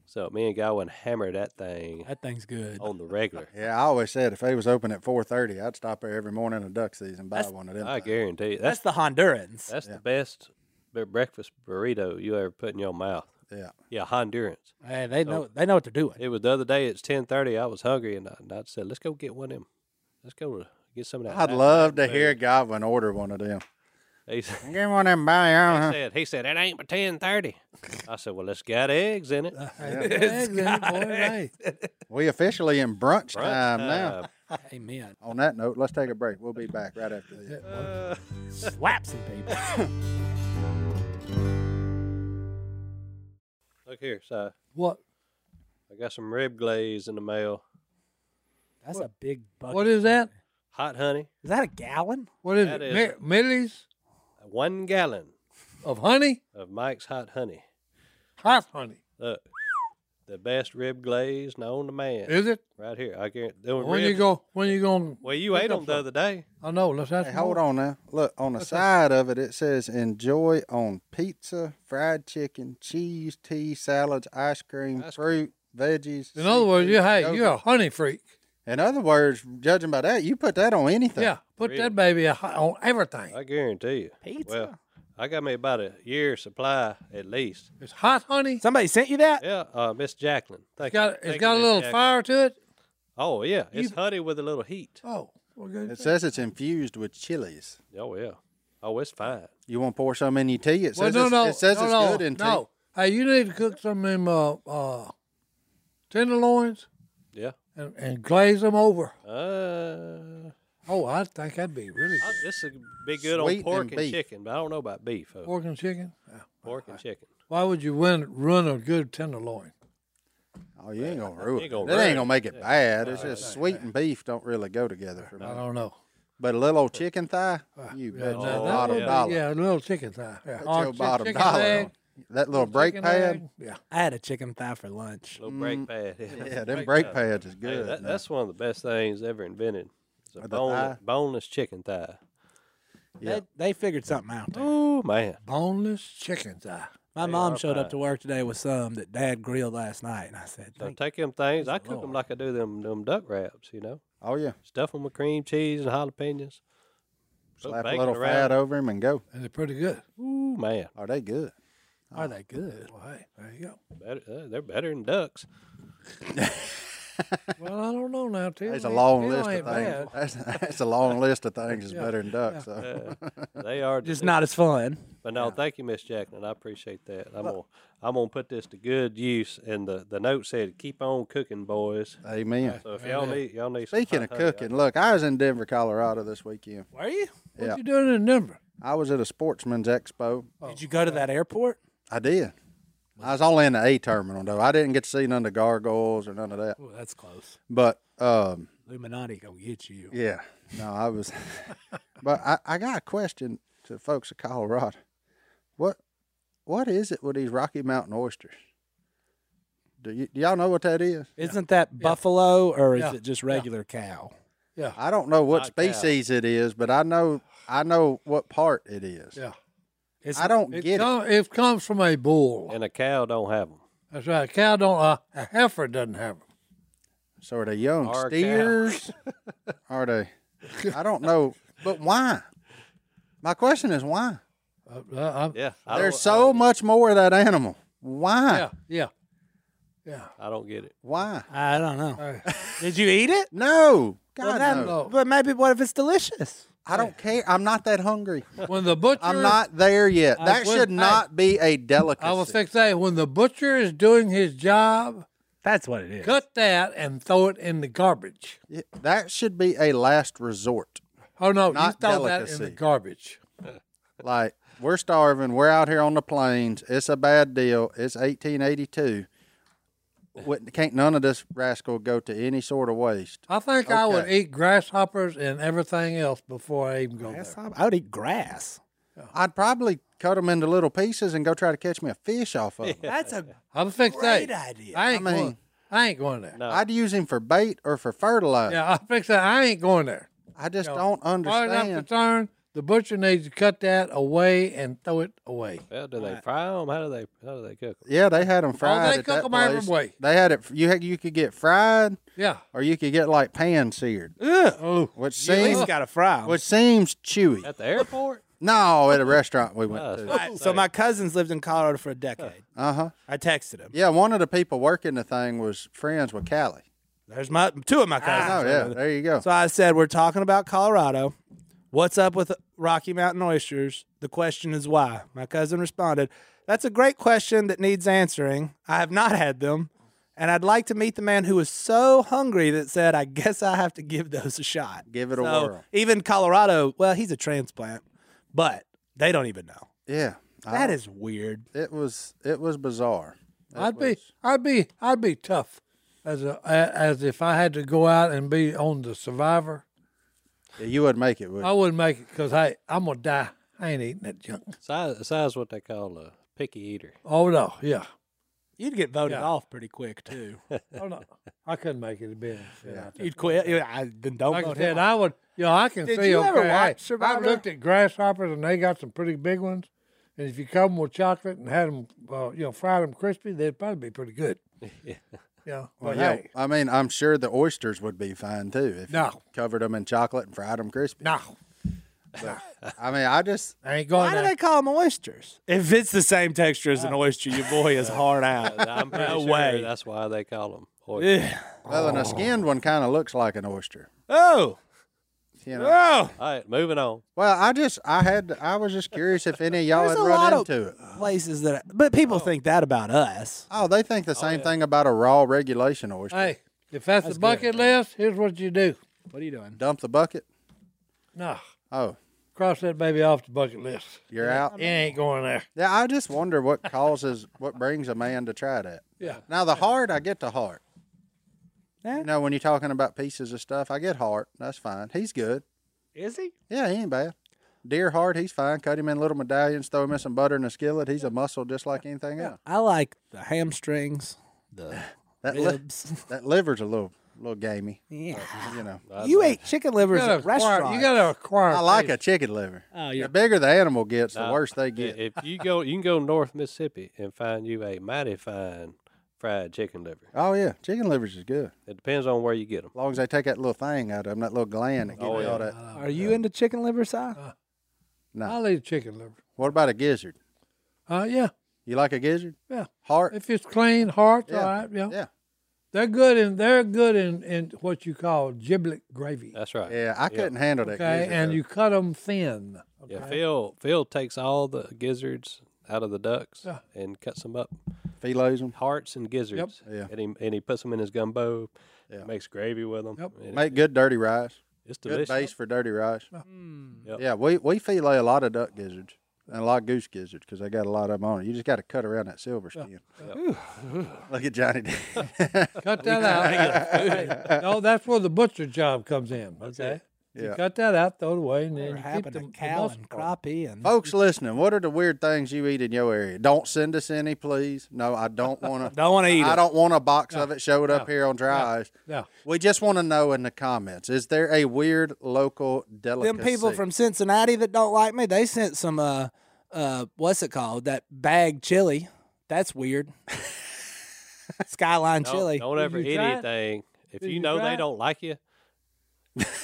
So me and Godwin hammered that thing
That thing's good.
on the regular.
Yeah, I always said if they was open at four thirty, I'd stop there every morning in duck season and buy one of them.
I
things.
guarantee you,
That's
that's
the Hondurans.
that's the best b- breakfast burrito you ever put in your mouth.
Yeah.
Yeah, Hondurans.
Hey, they know they know what they're doing.
It was the other day. It's ten thirty. I was hungry, and I, and I said, "Let's go get one of them. Let's go to get some of that."
I'd
Latin
love to
food."
hear Godwin order one of them.
He said,
Give me one of them by
he
huh?
said, "He said it ain't but ten thirty. I said, "Well, it's got eggs in
Uh.
it."
Eggs in it, boy. Hey,
We officially in brunch,
Brunch
time now.
time.
Amen.
On that note, let's take a break. We'll be back right after this.
Slap some people.
Look here, so
what?
I got some rib glaze in the mail.
That's a big bucket.
What is that?
Hot honey,
Is that a gallon?
What is
That
it?
is-
Mi- Millies
one gallon
of honey?
of Mike's hot honey.
Hot honey.
Look, the best rib glaze known to man.
Is it?
Right here, I guarantee. them
When you
ribs-
go, when you going?
Well, you ate them the other day.
I know. Let's ask.
Hey, hold
more.
on now. Look, on the side of it, it says enjoy on pizza, fried chicken, cheese, tea, salads, ice cream, fruit, veggies.
In other words,
seafood,
you hey,
yogurt.
you're a honey freak.
In other words, judging by that, you put that on anything.
Yeah, put that baby a hot- on everything.
I guarantee you. Well,
Pizza?
I got me about a year's supply at least.
It's hot honey.
Somebody sent you that?
Yeah, uh, Miss Jacqueline. Thank
It's got
you. Thank
it's
you,
got a
Miss
little
Jacqueline.
fire to it.
Oh yeah, it's honey with a little heat.
Oh, well, good.
It says it's infused with chilies.
Oh yeah. Oh, it's fine.
You want to pour some in your tea? It
well,
says
no,
it's,
no,
it says
no,
it's
no,
good in
no. Hey, you need to cook some of them uh, uh, tenderloins
Yeah.
and, and glaze them over.
Uh,
Oh, I think that'd be really
I-
good.
this would be good
Sweet
on pork
and
and,
beef.
chicken, but I don't know about beef. uh, Pork,
Pork and chicken. Yeah.
and chicken.
Why would you win, run a good tenderloin?
tea. Oh, you ain't going to ruin
ain't
it.
gonna
That
ruin
ain't going to make it bad. It's just sweet and beef don't really go together for me.
I don't know.
But a little old chicken thigh, you bet your
Now, Uh, that
bottom
would be-
dollar.
Yeah, a little chicken thigh. Yeah.
Bet
Or
your
chi-
bottom
chicken
dollar.
leg,
on it. That little brake
chicken
pad.
leg. Yeah.
I had a chicken thigh for lunch.
little brake pad.
Yeah, them brake pads is
Hey,
good.
that,
now.
that's one of the best things ever invented. It's a
the thigh?
boneless, boneless chicken thigh.
Yeah.
They, they figured something out. There.
Oh man,
Boneless chicken thigh.
My mom
are
showed
fine.
up to work today with some that Dad grilled last night, and I said,
so
"Thank
take them things. I cook them like I do them them duck wraps. You know,
Oh yeah,
stuff them with cream cheese and jalapenos. Put
slap a
bacon
little
around
fat
it.
over him and go.
And they're pretty good.
Ooh man,
Are they good?
Are they good?
Well, hey, there you go.
better, uh, they're better than ducks.
Well, I don't know now, too.
It's a long list
ain't
of things.
bad.
That's, that's a long list of things. Is better than duck. So
They are
Just
delicious.
not as fun."
But no, thank you, Miss Jacqueline. I appreciate that. I'm gonna I'm gonna put this to good use. And the the note said, "Keep on cooking, boys."
amen.
So if y'all need y'all need some
Speaking
hot
of
honey, I-
cooking, look, I was in Denver, Colorado this weekend.
Were you?
What
Yeah.
you doing in Denver?
I was at a sportsman's expo.
Did you go to that airport?
I did. I was only in the A terminal though. I didn't get to see none of the gargoyles or none of that.
Oh, that's close.
But um,
Illuminati gonna get you.
yeah, no, I was. but I, I got a question to folks of Colorado. What what is it with these Rocky Mountain oysters? Do, you, do y'all know what that is?
Isn't that buffalo or is
Yeah.
it just regular cow?
I don't know what
Hot cow.
species it is, but I know I know what part it is.
Yeah.
It's,
I don't
It,
get it.
come, it. comes from a bull.
and a cow don't have them.
That's right. A cow don't, uh, a heifer doesn't have them.
So are they young
Our cow.
steers? are they? I don't know, but why? My question is why?
Uh, uh,
Yeah, I
There's
don't-
so much more of that animal. Why?
yeah, yeah, yeah.
I don't get it.
Why?
I don't know.
Hey,
Did you eat it?
No. God,
that-
no.
But maybe what if it's delicious?
I don't care. I'm not that hungry.
when the butcher,
I'm not there yet. that
would-
should not be a delicacy.
I was saying, when the butcher is doing his job,
That's what it is.
cut that and throw it in the garbage.
Yeah, that should be a last resort.
Oh no,
Not
you throw that in the
delicacy.
garbage.
Like we're starving. We're out here on the plains. It's a bad deal. It's 1882. What- Can't none of this rascal go to any sort of waste.
I think I would
Okay.
eat grasshoppers and everything else before I even go there.
I would eat grass.
I'd probably cut them into little pieces and go try to catch me a fish off of them.
That's a
I was fixed
great idea.
I ain't
I mean-
going. I I ain't going there.
No.
I'd use him for bait or for fertilizer.
Yeah, I fix that. I ain't going there.
I just don't
Far enough to
understand.
turn. The butcher needs to cut that away and throw it away.
Well, do they fry them? How do they how do they cook 'em?
Yeah, they had them fried.
they
at
cook
that
'em every
place.
way.
They had it. You had, you could get fried,
Yeah.
or you could get like pan seared,
Oh,
which
You at
seems
least got to fry 'em.
which seems chewy.
At the airport?
No, at a restaurant we went
Oh,
to.
that's
I- so my cousins lived in Colorado for a decade.
Uh huh.
I texted him.
Yeah, one of the people working the thing was friends with Callie.
There's my two of my cousins.
Oh
live
yeah,
in-
there you go.
Ah, So I said, We're talking about Colorado. What's up with Rocky Mountain oysters? The question is why. My cousin responded, That's a great question that needs answering. I have not had them. And I'd like to meet the man who was so hungry that said, I guess I have to give those a shot.
Give it a
So
whirl.
Even Colorado, well, he's a transplant, but they don't even know.
Yeah, I-
That is weird.
it was it was bizarre.
I'd be, I'd be, I'd be tough, as a, a- as if I had to go out and be on the Survivor.
Yeah, you would make it. Would
Oh,
I wouldn't make it because hey, I'm gonna die. I ain't eating that junk.
Size, size what they call a picky eater.
Oh no, yeah.
You'd get voted
Yeah.
off pretty quick, too.
Oh no, I couldn't make it. Being yeah.
You'd quit. Yeah, I, then don't
Like I
vote
said,
him.
I would. You know, I can
Did
see.
you ever
okay,
watch
hey,
Survivor?
I've looked at grasshoppers, and they got some pretty big ones. And if you covered them with chocolate and had them, uh, you know, fried them crispy, they'd probably be pretty good. yeah. You
Oh,
know, but
yeah,
hey,
I mean, I'm sure the oysters would be fine too if you
No.
covered them in chocolate and fried them crispy.
no,
I mean, I just
I ain't going
Why do
there.
they call them oysters? Ah. If it's the same texture as an oyster, your boy is hard out.
I'm pretty
No
sure
way.
that's why they call them oysters.
Ugh.
well, and a skinned one kind of looks like an oyster.
oh,
You know.
oh.
All right, moving on.
Well, I just I had I was just curious if any of y'all
There's
had
a lot
run
of
into it.
places that, but people think that about us.
Oh, they think the same thing about a raw regulation oyster.
Hey, if that's, the bucket list, here's what you do.
What are you doing?
Dump the bucket.
No,
Oh,
cross that baby off the bucket list.
you're out.
It ain't going there.
Yeah, I just wonder what causes what brings a man to try that.
Yeah.
Now the heart, I get the heart.
Yeah.
You know, when you're talking about pieces of stuff, I get heart. That's fine. He's good.
Is he?
Yeah, he ain't bad. Deer heart, he's fine. Cut him in little medallions, throw him in some butter in a skillet. He's a muscle just like anything else.
I like the hamstrings, the
That li-
ribs.
that liver's a little little gamey.
Yeah.
You know,
You ate chicken livers
You gotta
at
acquire-
restaurants.
you gotta acquire.
I like a chicken liver.
Oh,
the
you're-
bigger the animal gets, the
Nah,
worse they
I-
get.
If you go, you can go North Mississippi and find you a mighty fine fried chicken liver.
Oh yeah, chicken livers is good.
It depends on where you get them.
As long as they take that little thing out of them, that little gland that gives
Oh,
you
yeah.
all that.
Are you into chicken liver, Si?
I'll eat chicken liver.
What about a gizzard?
Uh, yeah,
You like a gizzard?
yeah.
Heart?
If it's clean, hearts,
Yeah,
all right. Yeah.
Yeah.
They're good in they're good in, in what you call giblet gravy.
That's right.
Yeah, I couldn't handle that.
Okay,
gizzard,
and
though.
you cut them thin.
Yeah, Phil. Phil takes all the gizzards out of the ducks
Yeah.
and cuts them up,
filets them.
hearts and gizzards.
Yeah.
And he and he puts them in his gumbo. Makes gravy with them. and
Make good dirty rice.
it's
Good
delicious. Hmm.
base for dirty rice.
Yep.
Yeah, we we fillet a lot of duck gizzards and a lot of goose gizzards because they got a lot of them on it. You just got to cut around that silver skin. Look at Johnny. D.
Cut that out. no, that's where the butcher job comes in. Okay. You
Yeah.
cut that out, throw it away, and then
What
you keep
happened
the,
to
the
cow
muscle
and
part.
crappie and
Folks listening, what are the weird things you eat in your area? Don't send us any, please. No, I don't want to.
don't want to eat
I
it?
don't want a box of it showed up here on dry ice.
No.
We just want to know in the comments: Is there a weird local
Them
delicacy?
people from Cincinnati that don't like me, they sent some uh uh what's it called? That bag chili. That's weird. Skyline
Don't,
chili.
don't ever
you
eat
try it?
anything. If
Did
you
you
know
try
they
it?
don't like you,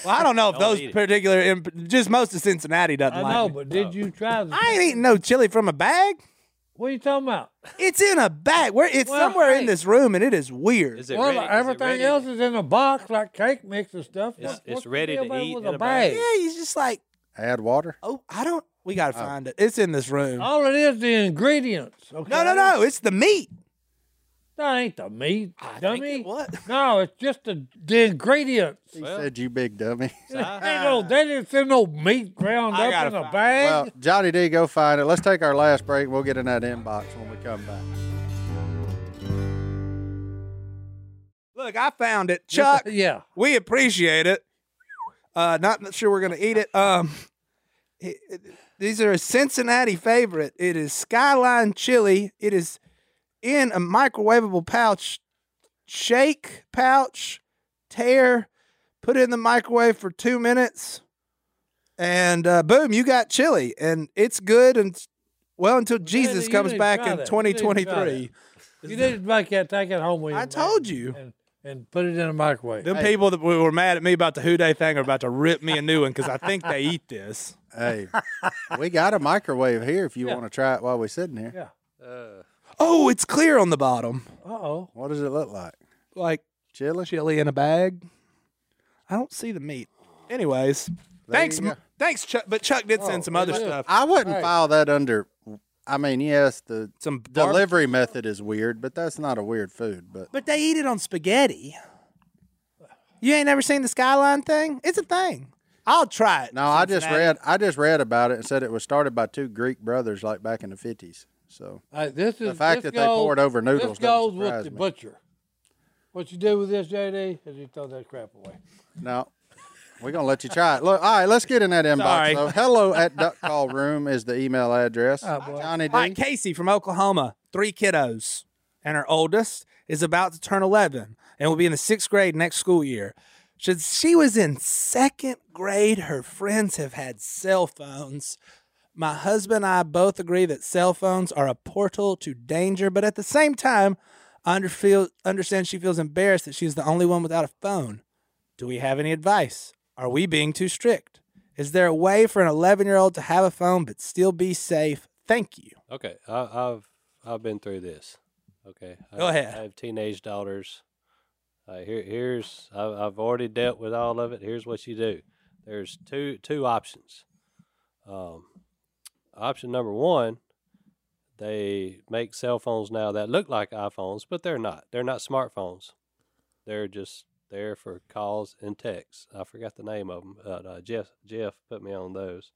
Well, I don't know if
Don't
those
eat it.
particular, imp- just most of Cincinnati doesn't
I
like
know,
me.
but did you try the
I ain't eating no chili from a bag.
what are you talking about?
It's in a bag. Where it's
Well,
somewhere in
hey.
this room, and it is weird.
is it
Well,
ready? is it
everything
ready?
else is in a box like cake mix and stuff.
It's-
What-
it's
what's the
ready
deal
to
about it
eat
with
in
a
a bag.
bag.
yeah, he's just like,
add water.
oh, I don't. We gotta find it. It's in this room.
All it is the ingredients. Oh, Okay.
no, no, no. It's the meat.
That ain't the meat, dummy.
it was.
No, it's just the, the ingredients.
He
Well-
said, "You big dummy."
They don't. They didn't send no meat ground
I
up
gotta
in a
find-
bag.
Well, Johnny D, go find it. Let's take our last break. We'll get in that inbox when we come back.
Look, I found it, Chuck.
yeah.
We appreciate it. Uh, not sure we're gonna eat it. Um, it- it- these are a Cincinnati favorite. It is Skyline Chili. It is in a microwavable pouch, shake, pouch, tear, put it in the microwave for two minutes, and uh, boom, you got chili, and it's good and well until Jesus
you
comes
need to
back
try
in
that. You need to try
2023.
You need to make that, take it home with you.
I
man,
told you.
And, and put it in a microwave.
Them people that were mad at me about the Who Day thing are about to rip me a new one because I think they eat this.
Hey, we got a microwave here if you want to try it while we're sitting here.
Yeah.
Oh, it's clear on the bottom,
Uh oh.
What does it look like?
like
Chili?
chili in a bag. I don't see the meat. Anyways, thanks,
you go.
M- thanks, Chuck. But Chuck did send some other stuff.
I wouldn't file that under. I mean, yes, the
Some bar-
delivery method is weird, but that's not a weird food. But
but they eat it on spaghetti. You ain't never seen the skyline thing? It's a thing. I'll try it.
no, I just read. I just read about it and said it was started by two Greek brothers, like back in the fifties. So
Hey, this is
The fact
this
that they poured
goes-
over
This
noodles doesn't
goes with
surprise
the
me.
butcher. What you do with this, JD, is you throw that crap away.
no, we're gonna let you try it. Look, all right, let's get in that
Sorry.
inbox. So, hello at duck call room is the email address.
boy.
Johnny D.
All right, Casey from Oklahoma, three kiddos, and her oldest is about to turn 11 and will be in the sixth grade next school year. Since she was in second grade, her friends have had cell phones. My husband and I both agree that cell phones are a portal to danger, but at the same time, I under feel, understand she feels embarrassed that she's the only one without a phone. Do we have any advice? Are we being too strict? Is there a way for an 11 year old to have a phone but still be safe? Thank you.
Okay, I, I've I've been through this. Okay,
Go
I,
ahead.
I have teenage daughters. Uh, here, here's I, I've already dealt with all of it. Here's what you do. There's two two options. Um, option number one, they make cell phones now that look like iPhones, but they're not. They're not smartphones. They're just there for calls and texts. I forgot the name of them. But, uh, Jeff Jeff put me on those,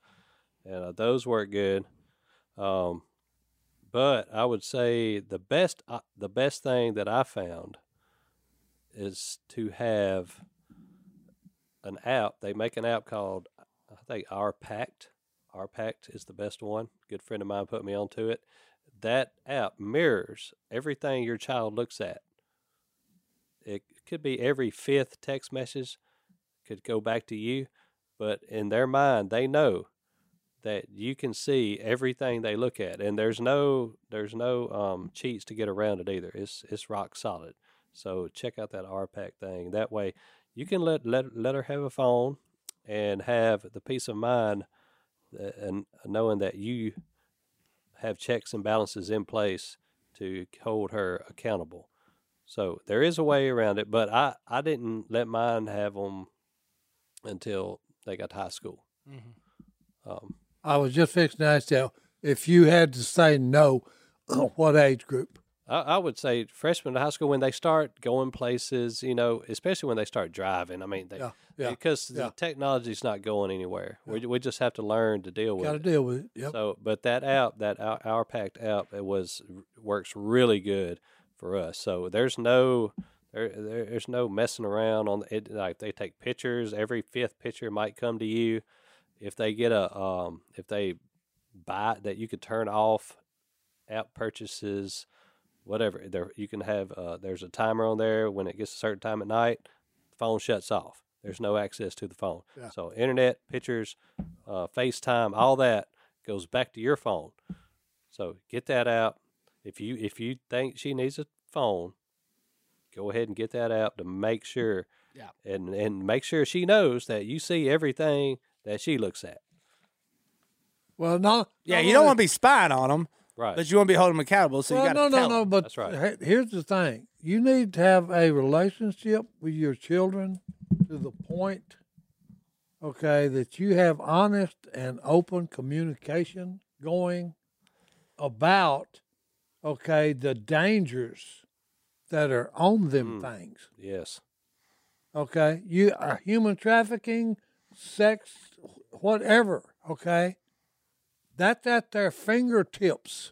and uh, those work good. Um, but I would say the best uh, the best thing that I found is to have an app. They make an app called I think Our Pact. Our Pact is the best one. Good friend of mine put me onto it. That app mirrors everything your child looks at. It could be every fifth text message could go back to you, but in their mind they know that you can see everything they look at, and there's no there's no um, cheats to get around it either. It's it's rock solid. So check out that RPAC thing. That way, you can let let let her have a phone and have the peace of mind that, and knowing that you have checks and balances in place to hold her accountable. So there is a way around it, but I I didn't let mine have them until they got to high school. Um,
I was just fixing to ask you if you had to say no, what age group?
I, I would say freshmen to high school when they start going places, you know, especially when they start driving. I mean, they,
Yeah, yeah,
because
yeah.
the technology's not going anywhere. We, we just have to learn to deal with
Got to
it.
deal with it. Yep.
So, but that app, that our, our packed app, it was works really good for us. So there's no there, there there's no messing around on it. Like they take pictures. Every fifth picture might come to you. If they get a um, if they buy that you could turn off app purchases, whatever. There you can have uh, there's a timer on there. When it gets a certain time at night, the phone shuts off. There's no access to the phone. So internet, pictures, uh, FaceTime, all that goes back to your phone. So get that out. If you if you think she needs a phone, go ahead and get that out to make sure. Yeah. And and make sure she knows that you see everything that she looks at.
Well, no.
Yeah,
no,
you don't
no,
want to be spying on them,
Right.
but you want to be holding them accountable. So you
Well,
got to
no,
tell
no, no.
'em.
But
That's right.
he- here's the thing: you need to have a relationship with your children to the point, okay, that you have honest and open communication going about, okay, the dangers that are on them
Mm.
things.
yes.
Okay, you are human trafficking, sex, wh- whatever. Okay, that's at their fingertips.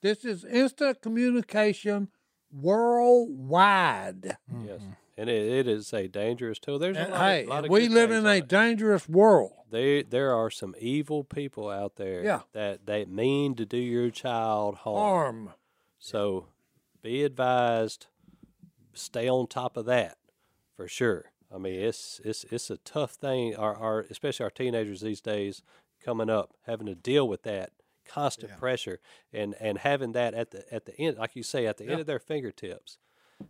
This is instant communication worldwide.
Yes. And it, it is a dangerous tool. There's a
And,
lot,
uh, hey,
of, lot of
we
good
live
things
in
on
a
it.
dangerous world.
There, there are some evil people out there
Yeah.
that that mean to do your child harm.
Arm.
So be advised stay on top of that for sure. I mean, it's it's it's a tough thing. Our, our especially our teenagers these days coming up having to deal with that constant pressure and and having that at the at the end, like you say, at the end of their fingertips.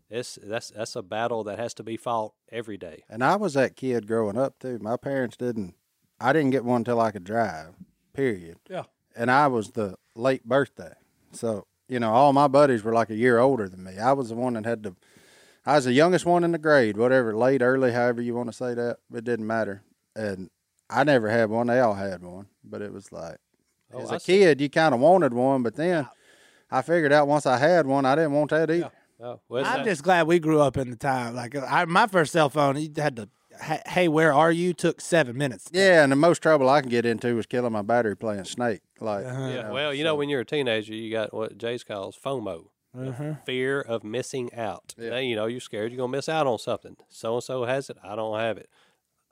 It's that's that's a battle that has to be fought every day.
And I was that kid growing up too. My parents didn't. I didn't get one until I could drive. Period.
Yeah.
And I was the late birthday, so you know all my buddies were like a year older than me. I was the one that had to. I was the youngest one in the grade, whatever, late, early, however you want to say that. It didn't matter. And I never had one. They all had one, but it was like as a
Oh, I see. Ah.
kid, you kind of wanted one, but then I figured out once I had one, I didn't want that either.
Oh, well, it's
I'm
not-
just glad we grew up in the time. Like I, my first cell phone, you had to. "Hey- Hey, where are you? Took seven minutes.
Yeah, and the most trouble I can get into was killing my battery playing Snake. Like,
Yeah, well, you know, when you're a teenager, you got what Jay's calls FOMO, the fear of missing out. Now, you know, you're scared you're gonna miss out on something. So and so has it, I don't have it.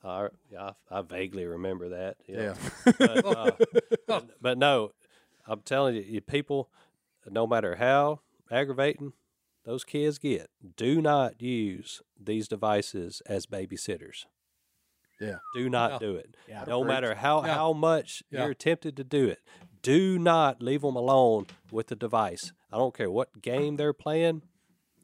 I, I, I vaguely remember that. you know.
yeah,
but, uh, but- but no, I'm telling you, you, people, no matter how aggravating those kids get, do not use these devices as babysitters.
yeah.
Do not do it. No matter how, how much you're tempted to do it, do not leave them alone with the device. I don't care what game they're playing.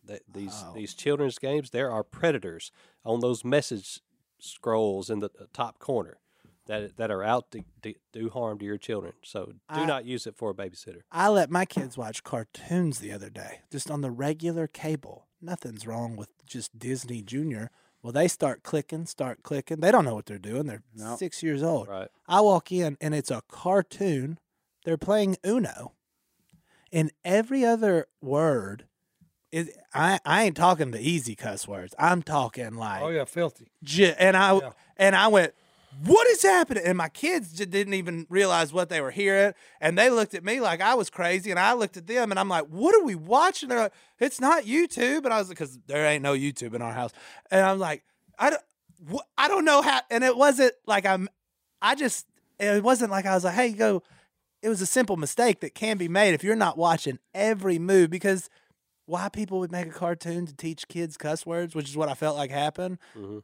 Th- these these children's games, there are predators on those message scrolls in the uh, top corner that that are out to, to do harm to your children. So do not use it for a babysitter.
I let my kids watch cartoons the other day, just on the regular cable. Nothing's wrong with just Disney Junior. Well, they start clicking, start clicking. They don't know what they're doing. They're six years old.
Right.
I walk in and it's a cartoon. They're playing Uno, and every other word is I. I ain't talking the easy cuss words. I'm talking like
Oh yeah, filthy.
J- and I and I went, "What is happening?" And my kids j- didn't even realize what they were hearing, and they looked at me like I was crazy, and I looked at them, and I'm like, "What are we watching?" They're like, "It's not YouTube," and I was because there ain't no YouTube in our house, and I'm like, "I don't, wh- I don't know how," and it wasn't like I'm, I just it wasn't like I was like, "Hey, go." It was a simple mistake that can be made if you're not watching every move because why people would make a cartoon to teach kids cuss words, which is what I felt like happened.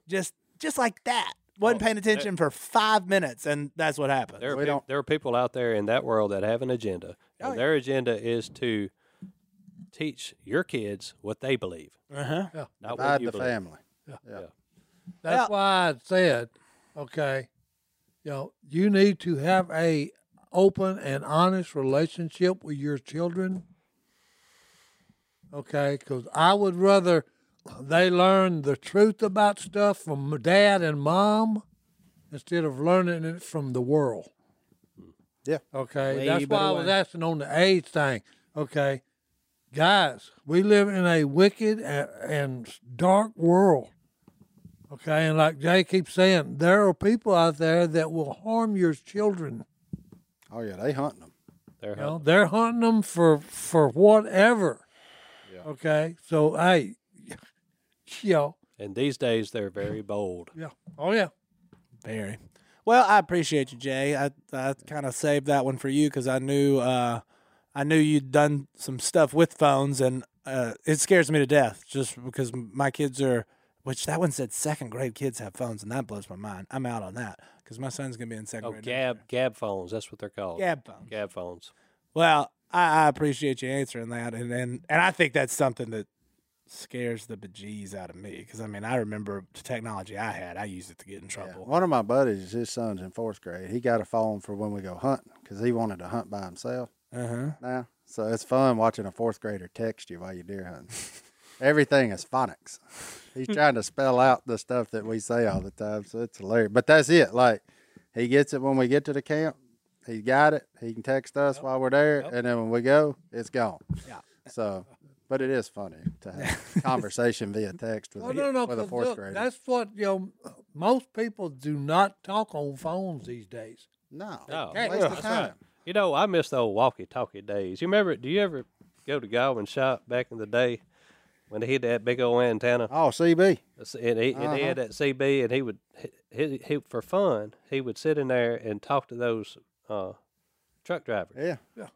Just just like that. Wasn't paying attention for five minutes and that's what happened.
There are,
We
peop-
don't-
there are people out there in that world that have an agenda, and their agenda is to teach your kids what they believe,
Uh-huh.
not what
Hide
you
the
believe.
family.
That's why I said, okay, you know, you need to have a open and honest relationship with your children. Okay, because I would rather they learn the truth about stuff from dad and mom instead of learning it from the world.
Yeah.
Okay.
Way
That's why
better
I was
way.
asking on the age thing. Okay. Guys, we live in a wicked and, and dark world. Okay. And like Jay keeps saying, there are people out there that will harm your children.
Oh yeah, they hunting them.
They're
You know, they're hunting them for, for whatever. Okay. So, hey, you know,
And these days, they're very bold.
yeah. Oh, yeah.
Very. Well, I appreciate you, Jay. I, I kind of saved that one for you because I knew uh, I knew you'd done some stuff with phones, and uh, it scares me to death just because m- my kids are. Which that one said second grade kids have phones, and that blows my mind. I'm out on that because my son's gonna be in second
Oh,
grade. next year.
gab gab phones. That's what they're called.
Gab phones.
Gab phones.
Well, I, I appreciate you answering that, and, and and I think that's something that scares the bejeez out of me because I mean I remember the technology I had, I used it to get in trouble.
One of my buddies, his son's in fourth grade. He got a phone for when we go hunting because he wanted to hunt by himself
Uh huh.
now. So it's fun watching a fourth grader text you while you deer hunting. Everything is phonics. He's trying to spell out the stuff that we say all the time, so it's hilarious. But that's it. Like he gets it when we get to the camp. He got it. He can text us while we're there, and then when we go, it's gone. Yeah. So, but it is funny to have conversation via text with,
Oh,
a,
no, no,
with a
'cause
fourth
look,
grader.
That's what you know, most people do not talk on phones these days.
No.
No.
Waste
Yeah,
of
that's
time.
right. You know, I miss the old walkie-talkie days. You remember? Do you ever go to Godwin Shop back in the day when they had that big old antenna?
Oh, CB.
That's- And he, and he had that CB, and he would, he, he, for fun, he would sit in there and talk to those uh, truck drivers.
Yeah.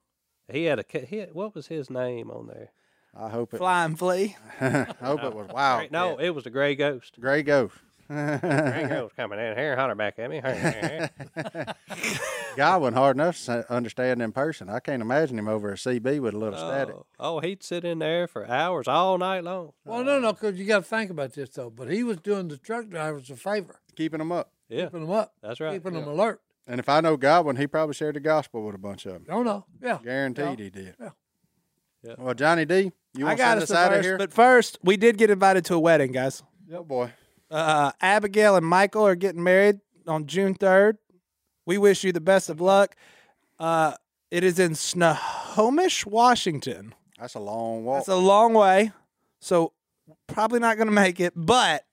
He had a, ca- he had, what was his name on there?
I hope it.
Flying flea.
I hope it was wow.
Great- No, it was the gray ghost.
Gray ghost.
Gray ghost coming in here, holler back at me.
Guy wasn't hard enough to s- understand in person. I can't imagine him over a CB with a little static.
oh, oh, he'd sit in there for hours all night long.
Well, no,
Oh.
no, because you got to think about this though. But he was doing the truck drivers a favor,
Keeping him up.
Yeah,
keeping them up,
that's right.
keeping them alert.
And if I know Godwin, he probably shared the gospel with a bunch of them.
Don't know. Yeah.
Guaranteed he did.
Yeah.
Yeah.
Well, Johnny D, you
I
want to
got
send
us
us
the
out of
verse,
here?
but first we did get invited to a wedding, guys.
oh boy.
Uh, Abigail and Michael are getting married on June third. We wish you the best of luck. Uh, it is in Snohomish, Washington.
That's a long walk.
It's a long way, so probably not going to make it. But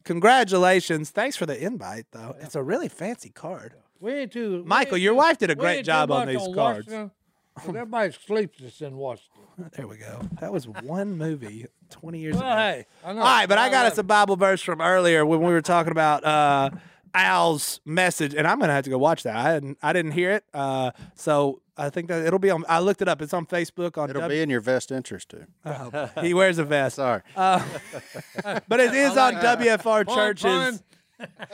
congratulations! Thanks for the invite, though. It's a really fancy card.
We ain't too. we
Michael,
ain't
your
too-
wife did a
we
great
ain't too
job on
much
these cards.
Washington, 'cause Everybody sleeps us in Washington.
There we go. That was one movie twenty years ago.
Well, hey, I know.
All right, but I got
love
us a Bible verse from earlier when we were talking about uh, Al's message, and I'm gonna have to go watch that. I didn't, I didn't hear it, uh, so I think that it'll be on. I looked it up. It's on Facebook. On
It'll
W- Uh,
be in your best interest too.
he wears a vest,
Sorry.
but it is on WFR
Pun,
Church's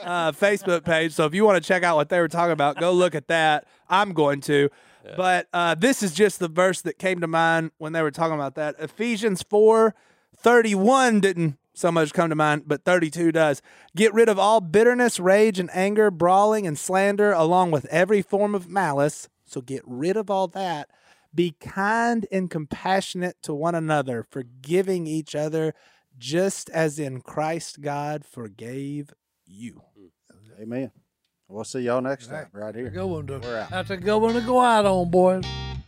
uh, Facebook page. So if you want to check out what they were talking about, go look at that. I'm going to. But uh, this is just the verse that came to mind when they were talking about that. Ephesians 4 31 didn't so much come to mind, but 32 does. Get rid of all bitterness, rage, and anger, brawling, and slander, along with every form of malice. So get rid of all that. Be kind and compassionate to one another, forgiving each other, just as in Christ God forgave you.
Amen. We'll see y'all next time right here.
Good one, dude.
We're out.
That's a good one to go out on, boys.